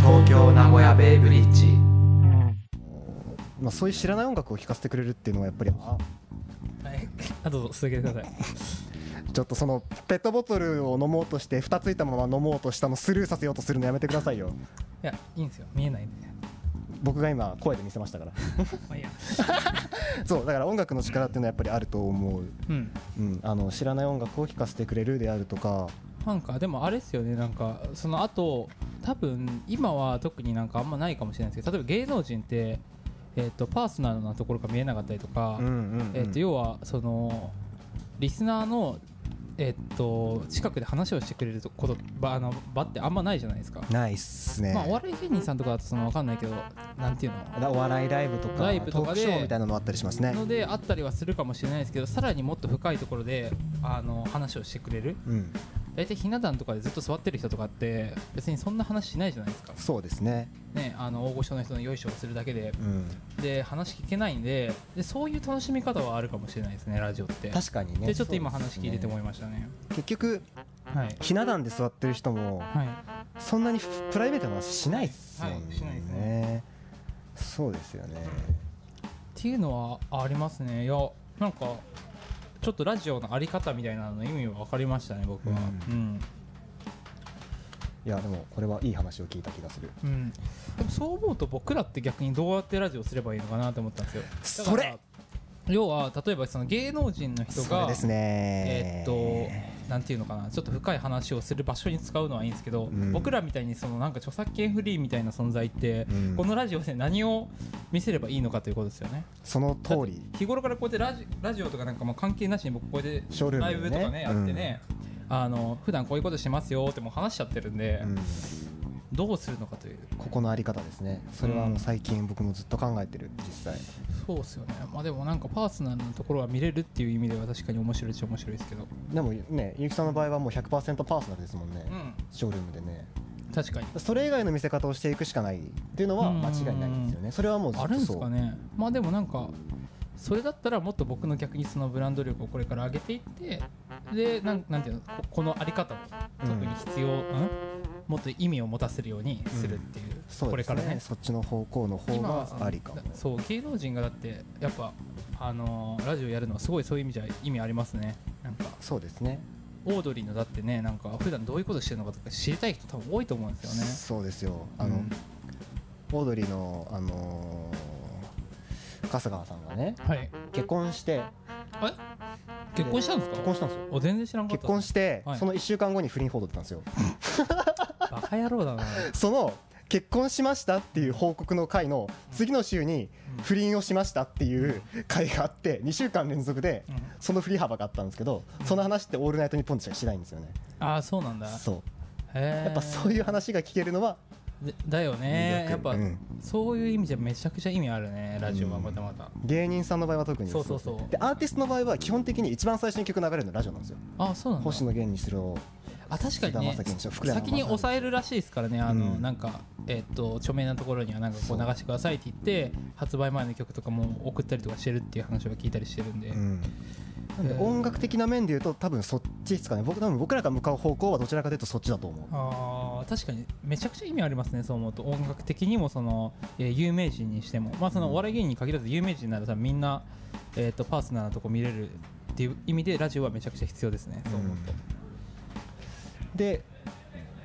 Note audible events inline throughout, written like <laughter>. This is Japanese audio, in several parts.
名古屋ベイブリッジまあ、そういう知らない音楽を聴かせてくれるっていうのはやっぱりあはい <laughs> あどうぞ続けてくださいちょっとそのペットボトルを飲もうとして蓋ついたまま飲もうとしたのスルーさせようとするのやめてくださいよいやいいんですよ見えないんで僕が今声で見せましたから <laughs> まあいいやそうだから音楽の力っていうのはやっぱりあると思う、うんうん、あの知らない音楽を聴かせてくれるであるとかなんかでもあれですよねなんかその後多分今は特になんかあんまないかもしれないですけど例えば芸能人って、えー、とパーソナルなところが見えなかったりとか、うんうんうんえー、と要はそのリスナーの、えー、と近くで話をしてくれるとこと場あの場ってあんまないじゃないですか、ないっすね、まあ、お笑い芸人さんとかだとその分かんないけどなんていうのだお笑いライブとかライブとかトーでクショーみたいなのあったりしますねのであったりはするかもしれないですけどさらにもっと深いところであの話をしてくれるうん大体ひな壇とかでずっと座ってる人とかって別にそんな話しないじゃないですか、そうですねね、あの大御所の人のよいしょをするだけでうんで話聞けないんででそういう楽しみ方はあるかもしれないですねラジオって確かにねでちょっと今そうです話ね聞いてて思いましたね結局はいひな壇で座ってる人もはいそんなにふプライベートな話しないっすもんね、はいしないですそうですよねっていうのはありますねいやなんかちょっとラジオのあり方みたいなのの意味は分かりましたね僕はうん、いやでもこれはいい話を聞いた気がするうん、でもそう思うと僕らって逆にどうやってラジオすればいいのかなと思ったんですよだそかられ要は例えばその芸能人の人それがですねえーっとなんていうのかなちょっと深い話をする場所に使うのはいいんですけど、ん僕らみたいにそのなんか著作権フリーみたいな存在って、うんこのラジオで何を見せればいいのかということですよねその通だりって日頃からこうやってラジラジオとかなんかもう関係なしに僕こうやってショールーラムでねイブとかねやってね、あの普段こういうことしますよってもう話しちゃってるんで、うんどうするのかというここのあり方ですねそれはもう最近僕もずっと考えてる実際そうですよねまあでもなんかパーソナルなところは見れるっていう意味では確かに面白いっちゃ面白いですけどでもね結城さんの場合はもう100%パーソナルですもんね、うんショールームでね確かにそれ以外の見せ方をしていくしかないっていうのは間違いないんですよねそれはもうずっあとるんですそうかねまあでもなんかそれだったらもっと僕の逆にそのブランド力をこれから上げていってでなんなんていうのここのあり方も特に必要、うんもっと意味を持たせるようにするっていう、そうですねこれからねそっちの方向の方今はそがのありかもそう芸能人がだってやっぱあのーラジオやるのはすごいそういう意味じゃ意味ありますねなんかそうですねオードリーのだってねなんか普段どういうことしてるのかとか知りたい人多分多いと思うんですよねそうですよあの、うんオードリーのあのー春日さんがねはい結婚して結婚したんですか結婚したんですよお全然知らんかった結婚して、はいその1週間後に不倫報道だったんです <laughs> よバカ野郎だなその結婚しましたっていう報告の回の次の週にうん不倫をしましたっていう回があって2週間連続でうんその振り幅があったんですけどその話って「オールナイトニッポン」でしかしないんですよねああそうなんだそうややっぱそういう話が聞けるのはだよ魅ね力やっぱ、うんそういう意味じゃめちゃくちゃ意味あるねラジオはまたまた、芸人さんの場合は特にそうそうそうでアーティストの場合は基本的に一番最初に曲流れるのラジオなんですよあそうなんだ星野源にしろあ確かに菅田ね将暉にしろ福山雅先治に抑えるらしいですからねあの、うんなんかえっと著名なところにはなんかこう流してくださいって言って発売前の曲とかも送ったりとかしてるっていう話は聞いたりしてるんで、うんなんでえー音楽的な面でいうと多分そっちですかね僕多分僕らが向かう方向はどちらかというとそっちだと思うあー確かにめちゃくちゃ意味ありますねそう思うと音楽的にもその、えー有名人にしてもまあそのお笑い芸人に限らず有名人なら多分みんな、えー、とパーソナルなとこ見れるっていう意味でラジオはめちゃくちゃ必要ですねそう思うとで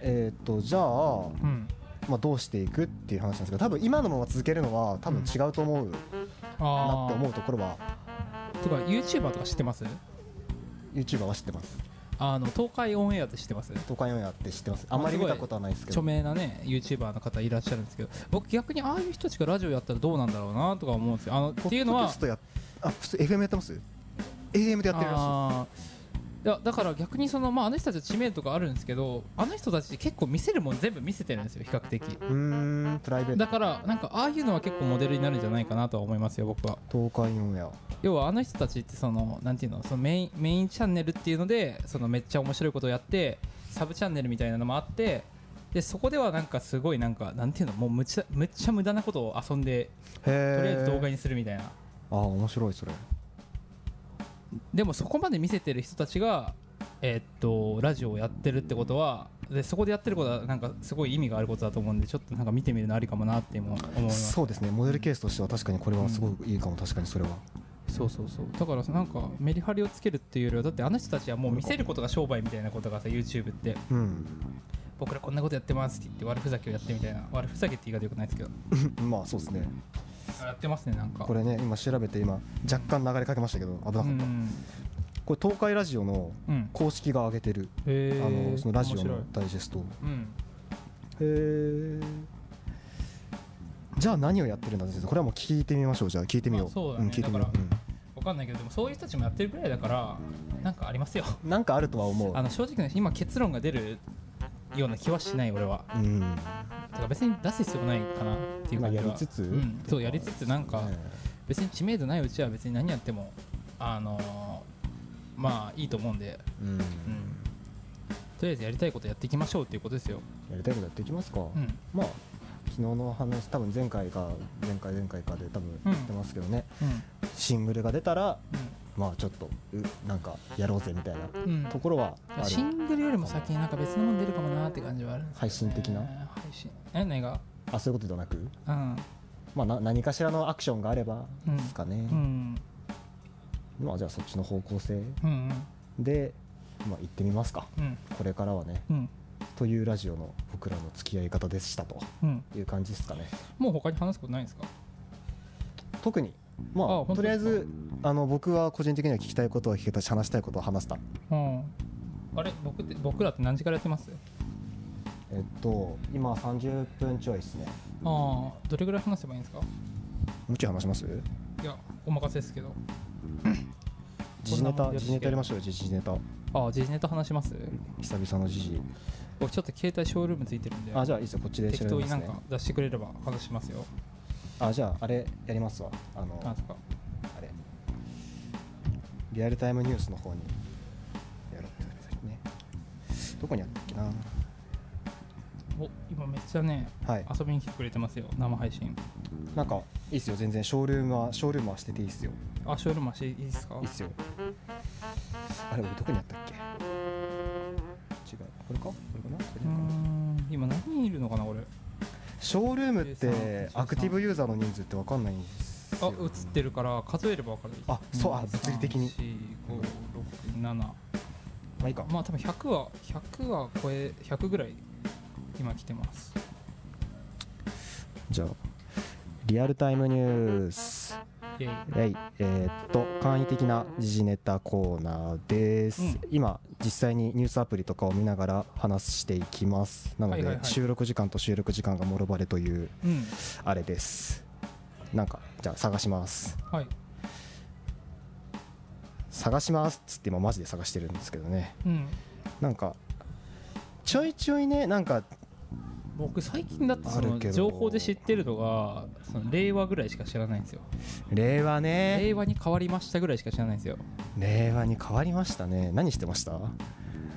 えっとじゃあうんまあどうしていくっていう話なんですけど多分今のまま続けるのは多分違うと思うなっあてあ思うところはとか YouTuber とか知ってます YouTuber は知ってますあの東海オンエアって知ってます東海オンエアって知ってますあんまり見たことはないですけ著ど名なね YouTuber の方いらっしゃるんですけど僕逆にああいう人たちがラジオやったらどうなんだろうなとか思うんですよあのっポていうッのドキャはストやあ普通 FM やってます AM でやってるらしいですあーいやだから逆にその、まあ、あの人たちは知名度があるんですけどあの人たち結構見せるもん全部見せてるんですよ比較的うーんプライベーだからなんかああいうのは結構モデルになるんじゃないかなとは思いますよ僕はト東海オンエア要はあの人たちってそのなんていうのそのメインメインチャンネルっていうのでそのめっちゃ面白いことをやってサブチャンネルみたいなのもあってでそこではなんかすごいなんかなんていうのもうむちゃむっちゃ無駄なことを遊んでとりあえず動画ににするみたいなああ面白いそれでもそこまで見せてる人たちがえーっとラジオをやってるってことはでそこでやってることはなんかすごい意味があることだと思うんでちょっとなんか見てみるのありかもなって今思いますそうですねモデルケースとしては確かにこれはすごくいいかも、確かにそれはそうそうそうだからなんかメリハリをつけるっていうよりはだってあの人たちはもう見せることが商売みたいなことがさ YouTube ってうん <laughs> 僕らこんなことやってますって言って悪ふざけをやってみたいな悪ふざけって言い方よくないですけどまあそうですねあやってますねなんかこれね今調べて今若干流れかけましたけど危なかった、うんこれ東海ラジオのうん公式が上げてる、へあーのそのラジオ面白いのダイジェストをうんへえじゃあ何をやってるんだ先生これはもう聞いてみましょうじゃあ聞いてみよう,、まあそうだねん聞いてみよだうか、わかんないけどでもそういう人たちもやってるぐらいだからなんかありますようんなんかあるとは思うあの正直ね今結論が出るような気はしない俺はうんだから別に出す必要ないかなっていうまあ感じやは、りつつ、うん、そうやりつつなんかね別に知名度ないうちは別に何やってもあのーまあいいと思うんで、うんうん、とりあえずやりたいことやっていきましょうっていうことですよ、やりたいことやっていきますか、うんまあ昨日の話多分前回か前回前回かで多分う言んってますけどね、うんシングルが出たらまあちょっとうなんかやろうぜみたいなうんところはうあん、シるングルよりも先になんか別のもの出るかもなーって感じはあるんですよね配信的な配信え何があそういうことではなく、うんまあ、な何かしらのアクションがあればですかね、うんまあじゃあそっちの方向性うんで、まあ、行ってみますかうんうんこれからはねうんというラジオの僕らの付き合い方でしたとうんいう感じですかねもう他に話すことないんですか特にまああ本当とりあえずあの僕は個人的には聞きたいことは聞けたし話したいことは話したうんあれ僕って僕らって何時からやってますえっと今30分ちょいですねああどれぐらい話せばいいんですかもうちょい話しますいやお任せですけど時事ネこんなもタんで時事ネタやりましょうよ時事ネタああ時事ネタ話します久々の時事僕ちょっと携帯ショールームついてるんであじゃあいいですよこっちで調適べ当まにすなんねか出してくれれば話しますよあじゃああれやりますわあのなんですかあれリアルタイムニュースの方にやろうって言われてるねどこにあったっけなお今めっちゃねはい遊びに来てくれてますよ生配信なんかいいっすよ全然ショールームはショールームはしてていいっすよあショールームはしていいですかいいっすよあれ俺どこにあったっけ違うこれかこれかなこれかうーなん今何人いるのかな俺ショールームっ13てアクティブユーザーの人数ってわかんないんですあよ映ってるから数えれば分かるあそうあ物理的に4567ままあいいかあ多分100は100は超え100ぐらい今来てますじゃあリアルタイムニュースイェイはい、えーっと簡易的な時事ネタコーナーです、うん今実際にニュースアプリとかを見ながら話していきますなので、はいはいはい収録時間と収録時間がもろバレといううんあれですなんかじゃあ探しますはい探しますっつって今マジで探してるんですけどねうんなんかちょいちょいねなんか僕最近だってそあのるけど情報で知ってるのがその令和ぐらいしか知らないんですよ令和ね令和に変わりましたぐらいしか知らないんですよ令和に変わりましたね何してました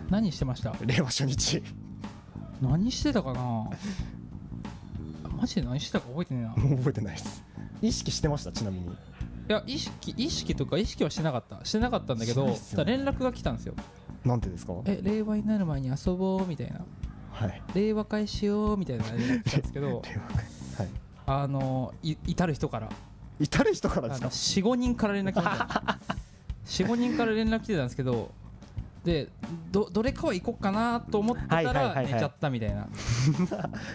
何してました令和初日 <laughs> 何してたかなあマジで何してたか覚えてねえないもう覚えてないです意識してましたちなみにや意識意識とか意識はしてなかったしてなかったんだけど、そうですたよねだ連絡が来たんですよなんてですかえ令和になる前に遊ぼうみたいなはい令和会しようみたいな連絡来たんですけど令和はいあのい至る人から至る人からであすのか45人から連絡来てた <laughs> 45人から連絡来てたんですけどでどどれかは行こうかなと思ってたはいはいはいらはい寝ちゃったみたいな、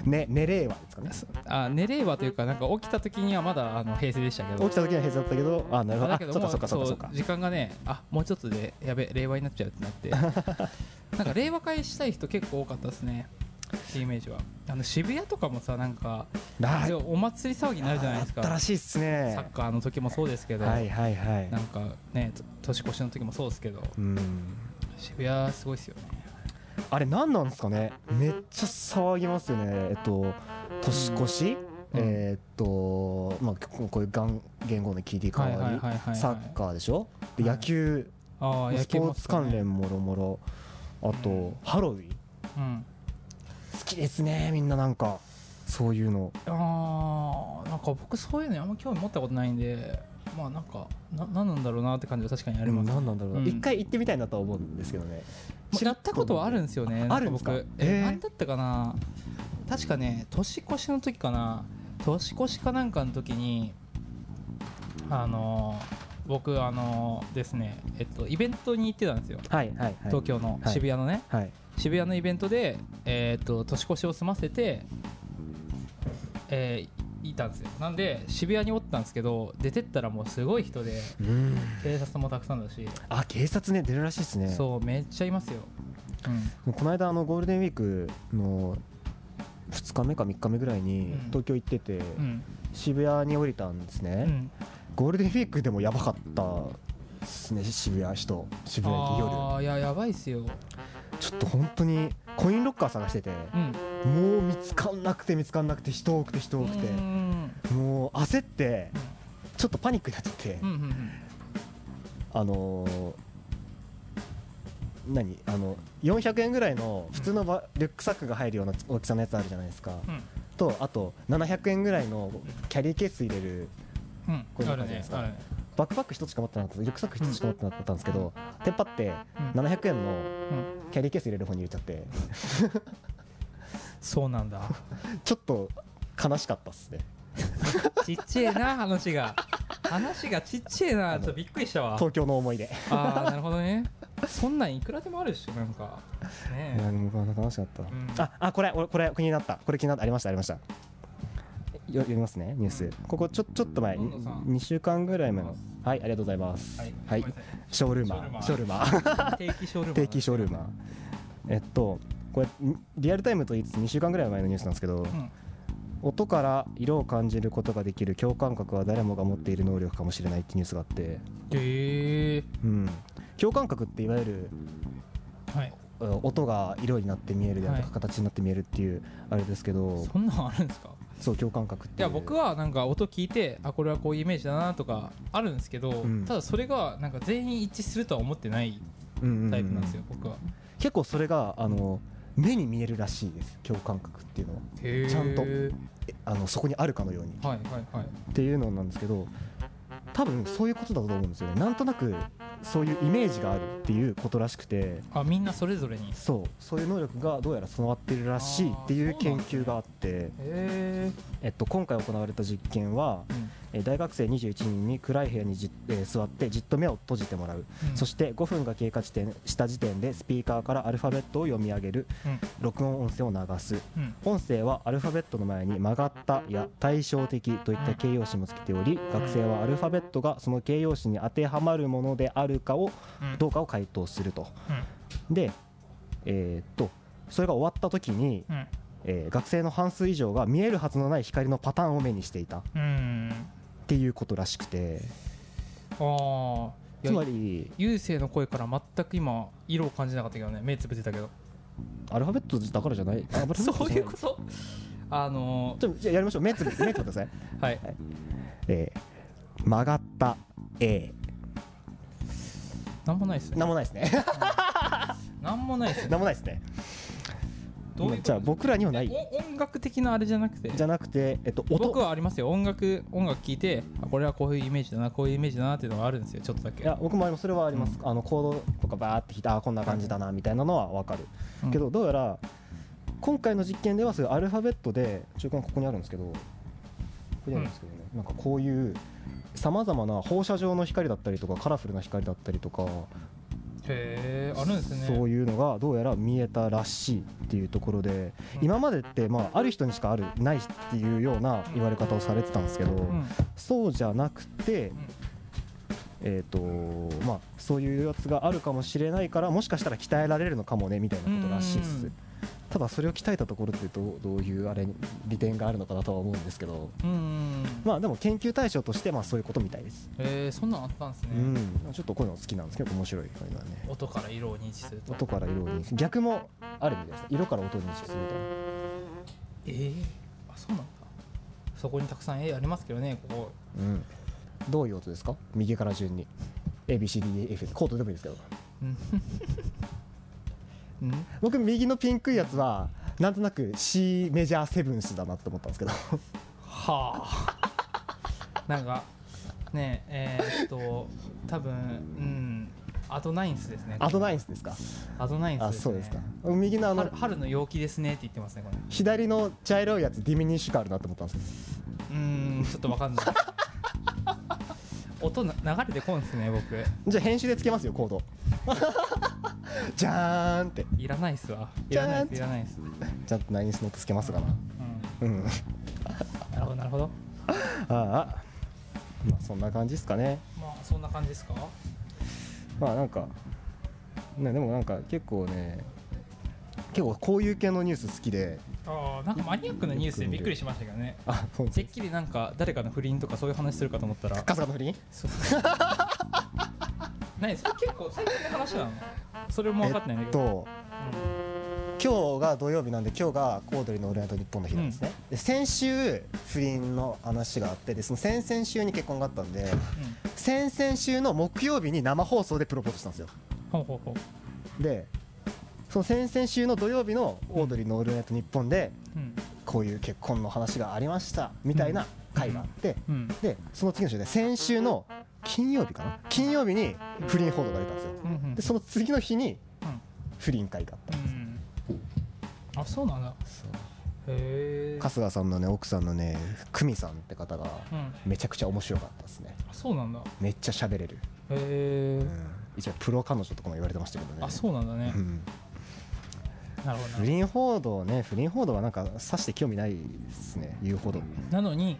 ね寝令和ですかねあ寝ればというかなんか起きた時にはまだあの平成でしたけ起どきた時は平成だったけどあなるほどだあけどそっもかそっかそっかそそうっか時間がねあもうちょっとでやべ令和になっちゃ <laughs> うってなってなんか令和会したい人結構多かったですねっていうイメージはあの渋谷とかもさなんかなでお祭り騒ぎになるじゃないですあったらかしいっすサねッカーの時もそうですけど、はいはいはいなんかねと年越しの時もそうですけどうん渋谷すごいですよねあれ何なんですかねめっちゃ騒ぎますよねえっと年越し、えーっとまあここういうがん言語の切り替わり、はいはいはいはいはいサッカーでしょでは野い球、ああスポーツ関、野球連ももろもろあと、うんハロウィンそうね好きですねみんななんかそういうのうん、ああなんか僕そういうのにあんま興味持ったことないんでまあなんかな何なんだろうなって感じは確かにああります、何なんだろううなん一回行ってみたいなとは思うんですけどね知ったことはあるんですよね。ああるんですかな僕えへー何だったかな。確かね、年越しの時かな。年越しかなんかの時に。あのー僕、あのーですね、えっと、イベントに行ってたんですよ。はいはいはい東京のはい渋谷のね、はい渋谷のイベントで、えーっと、年越しを済ませて。えーいたんですよなんで渋谷におったんですけど出てったらもうすごい人でうん警察もたくさんだし、あ警察ね出るらしいですねそうめっちゃいますよ、うん、この間あのゴールデンウィークの2日目か3日目ぐらいにうん東京行ってて、うん渋谷に降りたんですうね、ん、ゴールデンウィークでもやばかったですね渋谷人渋谷駅夜ああいややばいっすよちょっと本当にコインロッカー探しててうんもう見つかんなくて見つかんなくて人多くて人多くてうんうんもう焦ってちょっとパニックになっちゃってうんうんうんうんあのー何あの400円ぐらいの普通のバリュックサックが入るような大きさのやつあるじゃないですか、うんとあと700円ぐらいのキャリーケース入れるうんこういう感あるじでねすかあるねバックパック1つしか持ってなかったリュックサック1つしか持ってなかったんですけど、テンパってうん700円のうんキャリーケース入れる方に入れちゃってそうなんだちょっと悲しかったっすねちっちゃいな話が話がちっちゃいなちょっとびっくりしたわ東京の思い出ああなるほどねそんなんいくらでもあるでしょなんかねいやでもなんか悲しかった、んああこれ俺これ気になったこれ気になったありましたありましたよ読みますねニュース、うんここちょちょっと前どんどんさん2週間ぐらい前のはいありがとうございますはいはい、ごめんなさいショールーマーショールーマー定期ショールーマ <laughs> ー定期ショールーマーえっとこれんリアルタイムと言いつつ2週間ぐらい前のニュースなんですけど、うん音から色を感じることができる共感覚は誰もが持っている能力かもしれないってニュースがあって、へえうん、共感覚っていわゆるはいえー音が色になって見えるであるとかはい形になって見えるっていうあれですけど、そんなんあるんですかそう共感覚っていや僕ははなんか音聞いてあこれはこういうイメージだなとかあるんですけど、うんただそれがなんか全員一致するとは思ってないタイプタイプなんですよ、僕は結構それがあの目に見えるらしいです共感覚っていうのはへーちゃんとはえあのそこにあるかのようにいはいはいっていうのなんですけど多分そういうことだと思うんですよねなんとなくそういうイメージがあるっていうことらしくてあみんなそれぞれにへそうそういう能力がどうやら備わってるらしいっていうあーそう研なんですね究があって、ええっと、今回行われた実験は、えー大学生21人に暗い部屋にじ、えー座ってじっと目を閉じてもらう、そて、して5分が経過時点した時点でスピーカーからアルファベットを読み上げるうん録音音声を流すうん音声はアルファベットの前に曲がったや対照的といった形容詞もつけており学生はアルファベットがその形容詞に当てはまるものであるかをうんどうかを回答するとうんでえーっとそれが終わった時に、うんえー学生の半数以上が見えるはずのない光のパターンを目にしていたっうんていうことらしくてあつまあり優勢の声から全く今色を感じなかったけどね目つぶってたけどアルファベットだからじゃないアルファベットじゃなそういうことあのちょっとじゃあやりましょう目つぶ目つぶってください、ーはいえー曲がった A なんもないっすねなんもないですね <laughs> なんもないっすねなんもないですねどういうことじゃあ僕らにはないお音楽的なあれじゃなくてじゃなくて、えっと、音僕はありますよ音楽音楽聴いてあこれはこういうイメージだなこういうイメージだなっていうのがあるんですよちょっとだけいや僕もありますそれはあります、あのコードとかバーって弾いてあーこんな感じだなみたいなのは分かる、うんけどどうやら今回の実験ではそういうアルファベットで中間ここにあるんですけどここにあるんですけどね、なんかこういうさまざまな放射状の光だったりとかカラフルな光だったりとかへえあるんですねそういうのがどうやら見えたらしいっていうところで、うん今までって、まあ、ある人にしかあるないっていうような言われ方をされてたんですけど、うんそうじゃなくて、えーとまあ、そういうやつがあるかもしれないからもしかしたら鍛えられるのかもねみたいなことらしいでうんうんうすんただそれを鍛えたところってどうどういうあれに利点があるのかなとは思うんですけど、うんうんまあ、でも研究対象としてまあそういうことみたいです、へえそんなんあったんですね、うん、ちょっとこういうの好きなんですけど面白いこういうのはね音から色を認知すると音から色を認識逆もあるみたいです色から音を認識するみたいなええあそうなんだそこにたくさん絵ありますけどねここうん、どういう音ですか右から順に ABCDEF コートでもいいですけどうん僕右のピンクいやつはなんとなく C メジ <laughs> ャーセブンスだなと思ったんですけどはあなんかねええーっと多分うんアドナインスですねアドナインスですかアドナインスあです、ね、そうですか右のあの春春の陽気ですねって言ってますねこれ左の茶色いやつディミニッシュがあるなって思ったんですけどうーんちょっとわかんない音な流れてこんですね僕じゃあ編集でつけますよコード <laughs> じゃーんっていらないっすわいじらなゃいーっんすいらないっすちゃんとナインスの音つけますがなうんうんなるほどなるほどああまあそんな感じですかねまあそんな感じですかまあなんかねでもなんか結構ね結構こういう系のニュース好きでああなんかマニアックなニュースでびっくりしましたけどねあそうてっきりなんか誰かの不倫とかそういう話するかと思ったらカスカの不倫そう何それ結構最近の話なのそれも分かってないんだえっけど、と今日が土曜日なんで今日がコードリの「オールナイトニッポン」の日なんですね、で先週不倫の話があってでその先々週に結婚があったんでうんうん先々週の木曜日に生放送でプロポーズしたんですよほうほうほうでその先々週の土曜日の「オードリーのオールナイトニッポン」でうんこういう結婚の話がありましたみたいな回があってうんでその次の週で先週の金曜日かな金曜日に不倫報道が出たんですようんうんでその次の日にうん不倫会があっうんあそうなんだたそうへえ春日さんのね奥さんのね久美さんって方がうんめちゃくちゃ面白かったですねあそうなんだへめっちゃ喋れる、えうん、一応プロ彼女とかも言われてましたけどねあそうなんだねうんなるほど不な倫報道ね不倫報道はなんかさして興味ないですね言うほどなのに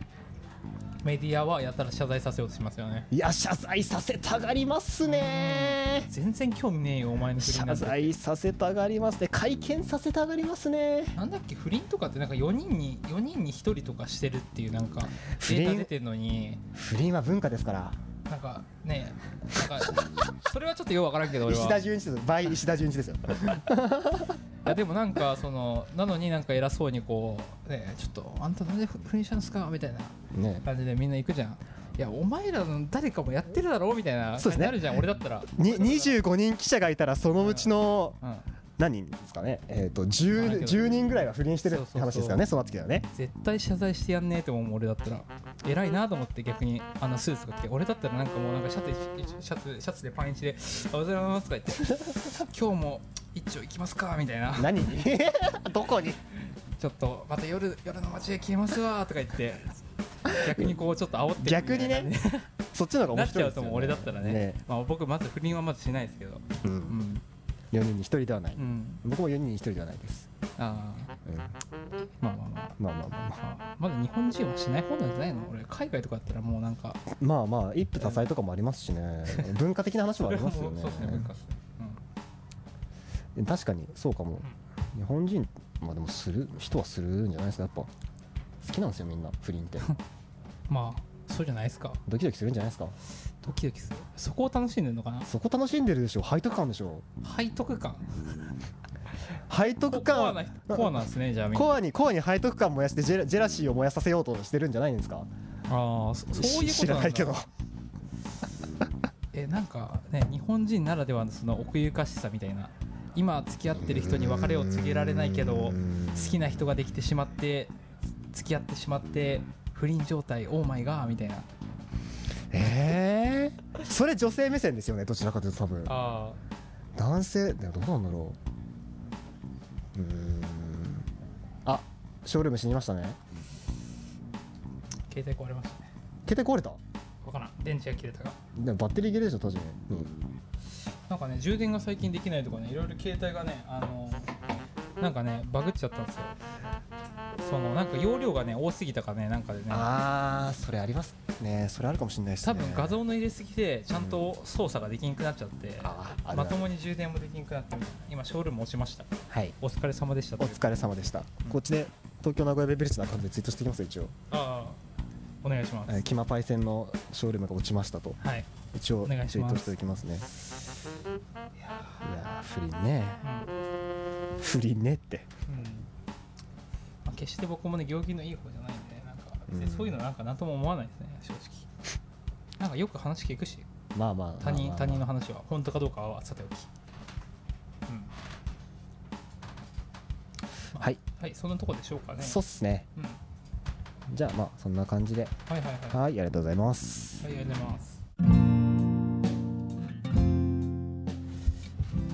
メディアはやったら謝罪させようとしますよねいや謝罪させたがりますね全然興味ねえよお前の不倫謝なんて罪させたがりますね会見させたがりますねなんだっけ不倫とかってなんか4人に4人に1人とかしてるっていうなんかデ不倫ータ出てるのに不倫は文化ですからなんかねなんかそれはちょっとようわからんけど俺石は田純一です倍石田純一ですよいやでもなんかそのなのになんか偉そうにこう、ね、ちょっとあんたなんで不不倫したんですかみたいなね感じでみんな行くじゃんいやお前らの誰かもやってるだろみたいなそうです感じにねなるじゃん、俺だったら、に25人記者がいたらそのうちのうん、何人ですかね、えー、とまあだ 10, けど10人ぐらいは不倫してるって話ですからねそうなってきたらね絶対謝罪してやんねえと思う俺だったら偉いなと思って逆にあのスーツとか着て俺だったらなんかもうなんかシャツシャツシャツでパンイチで「おはようございます」とか言って「今日も一丁行きますか」みたいな何に <laughs> どこに「ちょっとまた夜夜の街で消えますわ」とか言って逆にこうちょっと煽ってみたいな逆にね感じそっちの方にが面なっ白いちですゃうとよ、ね、思う俺だったらねねまあ、僕まず不倫はまずしないですけどう、うんん4人に1人ではない、うん僕も4人に1人ではないです、ああうん、ままあまあまああまあまあまああまだ日本人はしない方なんじゃないの俺海外とかだったらもうなんかまあまあ一夫多妻とかもありますしね文化的な話はありますよね <laughs> そうですね文化っすね確かにそうかも日本人まあでもする人はするんじゃないですかやっぱ好きなんですよみんな不倫 <laughs> ってうんまあそうじゃないですかドキドキするんじゃないですかドキドキするそこを楽しんでるのかなそこ楽しんでるでしょ背徳感でしょ背徳感背徳感コアな人コアなんですねじゃあみんなコアにコアに背徳感燃やしてジェラジェラシーを燃やさせようとしてるんじゃないんですかああそそういうことなんだ知らないけ <laughs> どえなんかね日本人ならではのその奥ゆかしさみたいな今付き合ってる人に別れを告げられないけど好きな人ができてしまって付き合ってしまって不倫状態オーマイガーみたいなええそれ女性目線ですよねどちらかというと多分あ男性でもどうなんだろううーんあショールーム死にましたね携帯壊れましたね携帯壊れたわからん電池が切れたかでもバッテリー切れでしょ当時、なんかね充電が最近できないとかねいろいろ携帯がねあのなんかねバグっちゃったんですよそのなんか容量がね多すぎたかねなんかでねああそれありますねそれあるかもしれないです多ね分画像の入れすぎでちゃんと操作ができなくなっちゃって、あーあるあるまともに充電もできなくなって今ショールーム落ちましたはいお疲れ様でしたおという疲れ様でした、うんこっちで東京名古屋ベイブリッジのアカウントでツイートしてきますよ一応、ああお願いしますえー、キマパイセンのショールームが落ちましたとはい、一応おツイ願いしまーすトしておきますねいやー不倫ねうん不倫ねってうんまあ、決して僕もね行儀のいい方じゃないんでなんか別にそういうのなんか何とも思わないですね正直なんかよく話聞くしまあまあまあ他人まあ他人の話は本当かどうかはさておき、うんはい、はい、そんなとこでしょうかねそうっすねうんじゃあまあそんな感じではいはいはい。はいありがとうございますはい、ありがとうございます。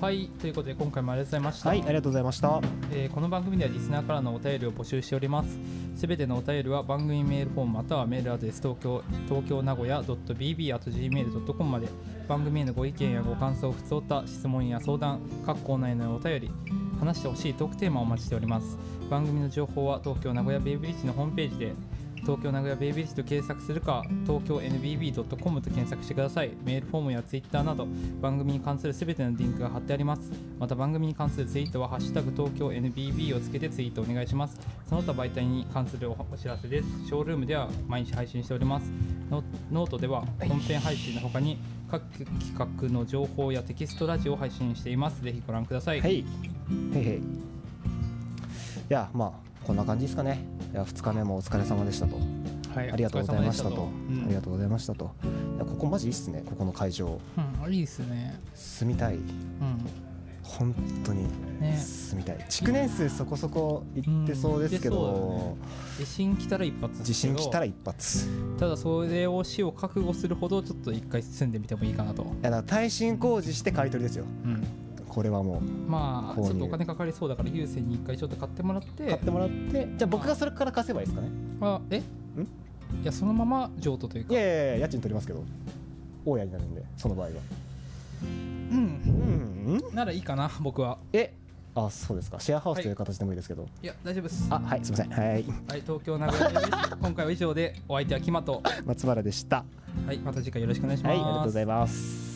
はい、ということで今回もありがとうございました。はいありがとうございましたえーこの番組ではリスナーからのお便りを募集しておりますすべてのお便りは番組メールフォームまたはメールアドレス東京東京名古屋 .bb.gmail.com まで番組へのご意見やご感想不通た質問や相談各コーナーへのお便り話してほしいトークテーマをお待ちしております番組の情報は東京名古屋ベイブリッジのホームページで東京名古屋ベイブリッジと検索するか東京 NBB.com と検索してくださいメールフォームやツイッターなど番組に関するすべてのリンクが貼ってありますまた番組に関するツイートは「ハッシュタグ東京 NBB」をつけてツイートお願いしますその他媒体に関するおお知らせですショールームでは毎日配信しておりますノノートでは本編配信の他に各企画の情報やテキストラジオを配信していますぜひご覧ください、はいへいへい <laughs> いやまあこんな感じですかねいや2日目もお疲れ様でしたとはいありがとうございましたとお疲あれ様りでしがとうございましたといやここマジいいっすねここの会場たとうんうんいいですね住みたいうん本当にね住みたい、築年数そこそこ行ってそうですけうん行ってど、地震来たら一発地震来たらら一発ただそれを死を覚悟するほどちょっと一回住んでみてもいいかなと、いやだから耐震工事して買い取りですようん、これはもまあ購入ちょっとお金かかりそうだから優先に一回ちょっと買ってもらってう買ってもらってじゃあ僕がそれから貸せばいいですかねあえいやそのまま譲渡といういかやいやいや家賃取りますけど大家になるんでその場合はううんんならいいかな僕はえあそうですかシェアハウスという形でもいいですけど、いや大丈夫ですあはいすいませんはいはい東京名古屋です今回は以上でお相手はキマと松原でしたはいまた次回よろしくお願いしまはいありす、がとうございます